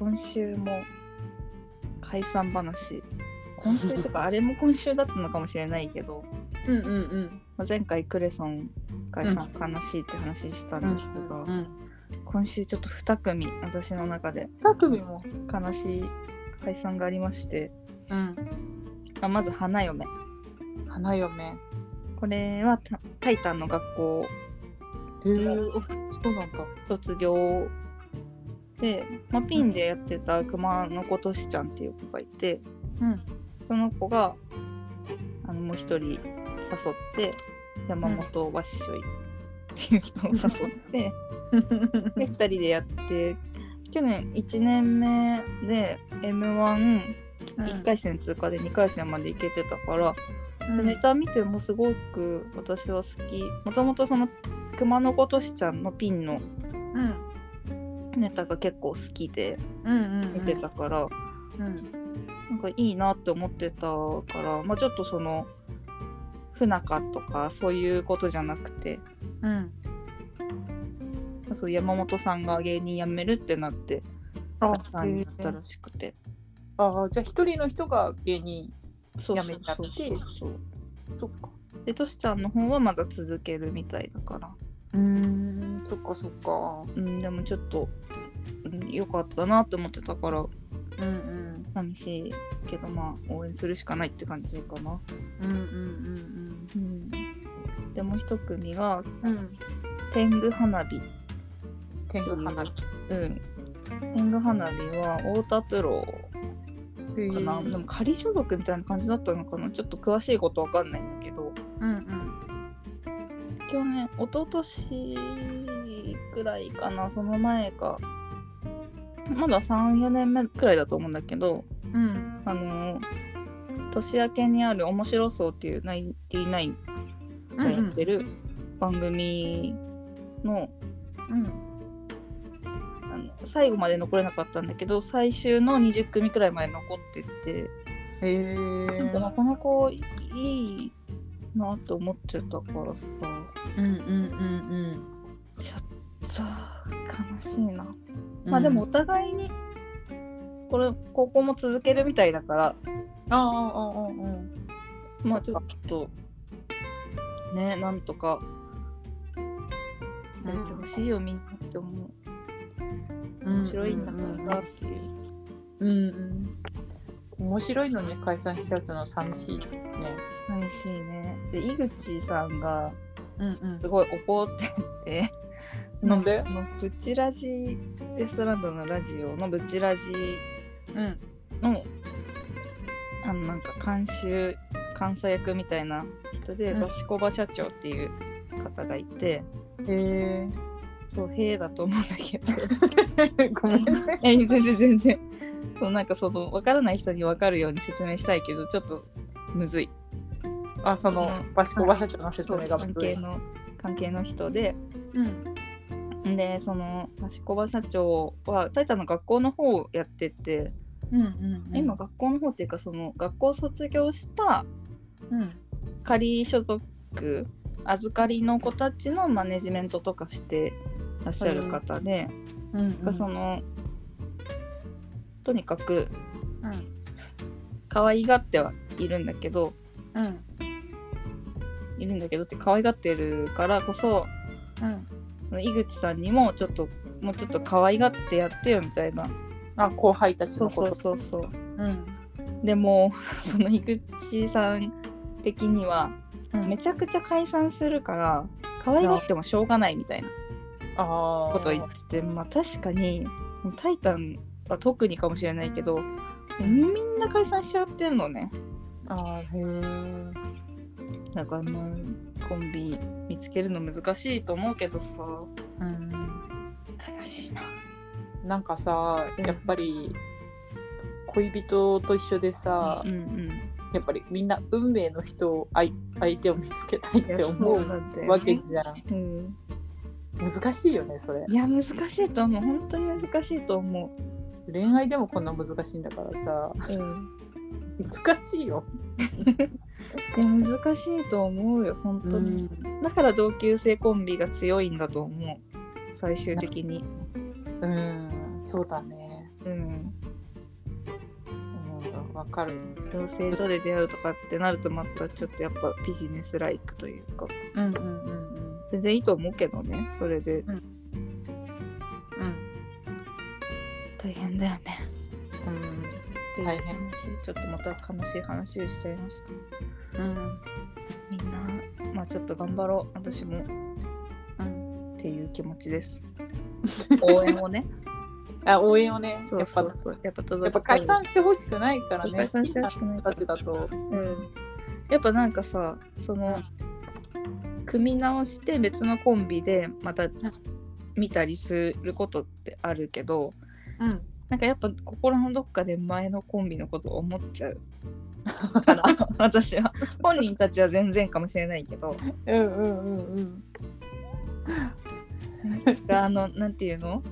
今週も解散話今週とかあれも今週だったのかもしれないけど、 うんうんうんまあ、前回クレソン解散悲しいって話したんですが、うんうん今週ちょっと2組私の中で二組も、悲しい解散がありまして、うん、まあ、まず花嫁花嫁これはタ「タイタン」の学校へーあそうなんだ卒業で、まあ、ピンでやってた熊の子としちゃんっていう子がいてうんその子があのもう一人誘って山本わっしょいっていう人を誘って、で2人でやって去年1年目で m 1 1回戦通過で2回戦まで行けてたから、うんネタ見てもすごく私は好きもともとその熊の子としちゃんのピンのうんネタが結構好きでうんうん見てたから、うんなんかいいなって思ってたから、まあ、ちょっとその不仲とかそういうことじゃなくてうんそう山本さんが芸人辞めるってなってあさんになったらしくて。あじゃあ一人の人が芸人そう辞めちゃってそうそうそうそっかでとしちゃんの方はまだ続けるみたいだから、うーんそっかそっかうん、でもちょっとうん良かったなって思ってたからうんうん寂しいけどまあ応援するしかないって感じかな、うんうんうん、でもう一組がうんうんうん天狗花火天狗花火うん天狗花火は太田プロかな、でも仮所属みたいな感じだったのかなちょっと詳しいことわかんないんだけどうんうん去年一昨年くらいかなその前かまだ34年目くらいだと思うんだけどうんあの年明けにある「面白そう」っていう「ナインティナイン」うやっんてる番組の,、うんあの最後まで残れなかったんだけど最終の20組くらいまで残ってて、へえなんかなかなかいいなと思ってたからさうんうんうんちょっと悲しいな、うんまあでもお互いにこれ高校も続けるみたいだからああああうんまあちそょっかっとねなんとかやれてほしいよみんなって思う面白いんだからなっていう。うんうん面白いのに解散しちゃうとのは寂しいですね寂しいねで井口さんがうんうんすごい怒っててなんでそのブチラジウエストランドのラジオのブチラジうんのあのなんか監修監査役みたいな人で、うんバシコバ社長っていう方がいてへそう「へえ」だと思うんだけ どえごめんねえ全然全然そうなんかその分からない人に分かるように説明したいけどちょっとむずいあそのうんバシコバ社長の説明が関係の関係の人でうんでその益子場社長はタイタンの学校の方をやってて、うんうんうん今学校の方っていうかその学校卒業したうん仮所属預かりの子たちのマネジメントとかしてらっしゃる方で、うんうんそのとにかくうん可愛がってはいるんだけどうんいるんだけどって可愛がってるからこそうん井口さんにもちょっともうちょっと可愛がってやってよみたいなあ後輩たちそのうこそうとそうそううんでも その井口さん的にはうんめちゃくちゃ解散するから可愛がってもしょうがないみたいなああことを言っててまあ確かに「タイタン」は特にかもしれないけどみんな解散しちゃってんのねあーへだからまあコンビ見つけるの難しいと思うけどさえうん悲しいななんかさやっぱり恋人と一緒でさうんうんやっぱりみんな運命の人を相相手を見つけたいっいやて思そううなんだよねわけじゃうんん難しいよねそれいや難しいと思う本当に難しいと思恋愛でもこんな難しいんだからさう、うん、難しいよいや難しいと思うよ本当に、だから同級生コンビが強いんだと思う最終的にうんそうだねうんわかる。養成所で出会うとかってなるとまたちょっとやっぱビジネスライクというかうんうんうん全然いいと思うけどねそれでうん。大変だよねうん。っていう大話変ちょっとまた悲しい話をしちゃいましたうん。みんなまあちょっと頑張ろう私もうん。っていう気持ちです応援をねあ、応援を ね、そうそうそうやっぱや届っぱ解散してほしくないからね。解散してほしくない好きな人たちだと。うんやっぱなんかさその組み直して別のコンビでまた見たりすることってあるけどうん。なんかやっぱ心のどっかで前のコンビのことを思っちゃ うから私は本人たちは全然かもしれないけどうんうんうんうん。あのなんていうの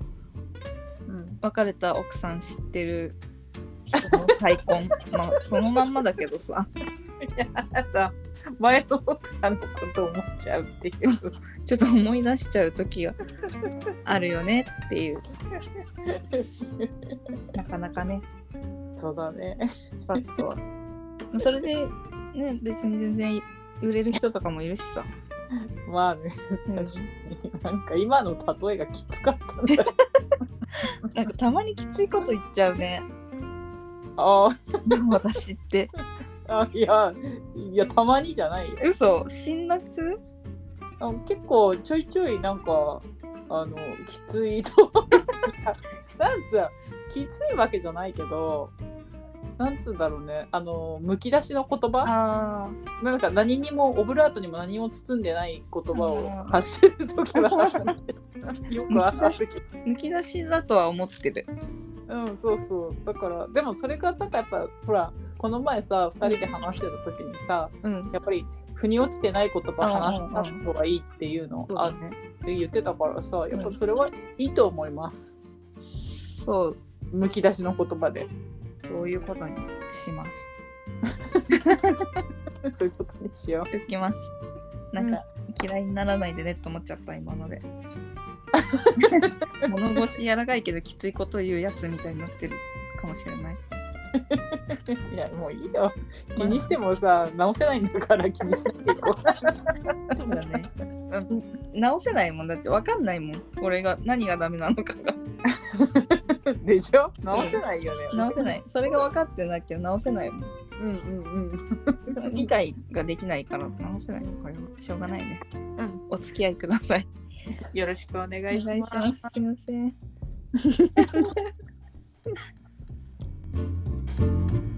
うん、 別れた奥さん知ってる人の再婚まあそのまんまだけどさいやあなた前の奥さんのことを思っちゃうっていうちょっと思い出しちゃう時があるよねっていうなかなかね そうだねパッとはまあそれでね別に全然売れる人とかもいるしさ、まあねうん確かになんか今の例えがきつかった んだよなんかたまにきついこと言っちゃうねあ私ってあいやいやたまにじゃないよ嘘辛辣あの結構ちょいちょいなんかあのきついと なんつうきついわけじゃないけどなんつうんだろうねあのむき出しの言葉あなんか何にもオブラートにも何も包んでない言葉うんを発してる時があ るよくあった時あ抜き出しだとは思ってるうんそうそうだからでもそれがなんかやっぱほらこの前さ2人で話してた時にさうんやっぱり腑に落ちてない言葉話した方がいいっていうのそうあだっねて言ってたからさやっぱそれはいいと思いますそうむき出しの言葉 でそういうことにしますそういうことにしよ言っときますなんか、嫌いにならないでねと思っちゃった今 ので物腰柔らかいけどきついこと言うやつみたいになってるかもしれないういやもういいよ気にしてもさ直せないんだから気にしないでいこうそうだね。直せないもんだって分かんないもん。俺が何がダメなのかがでしょ直せないよね直せない。それが分かってなきゃ直せないもん。うんうん理解ができないから直せない。これはしょうがないね。うんうんお付き合いください。よろしくお願おいし願いましすます。すいません。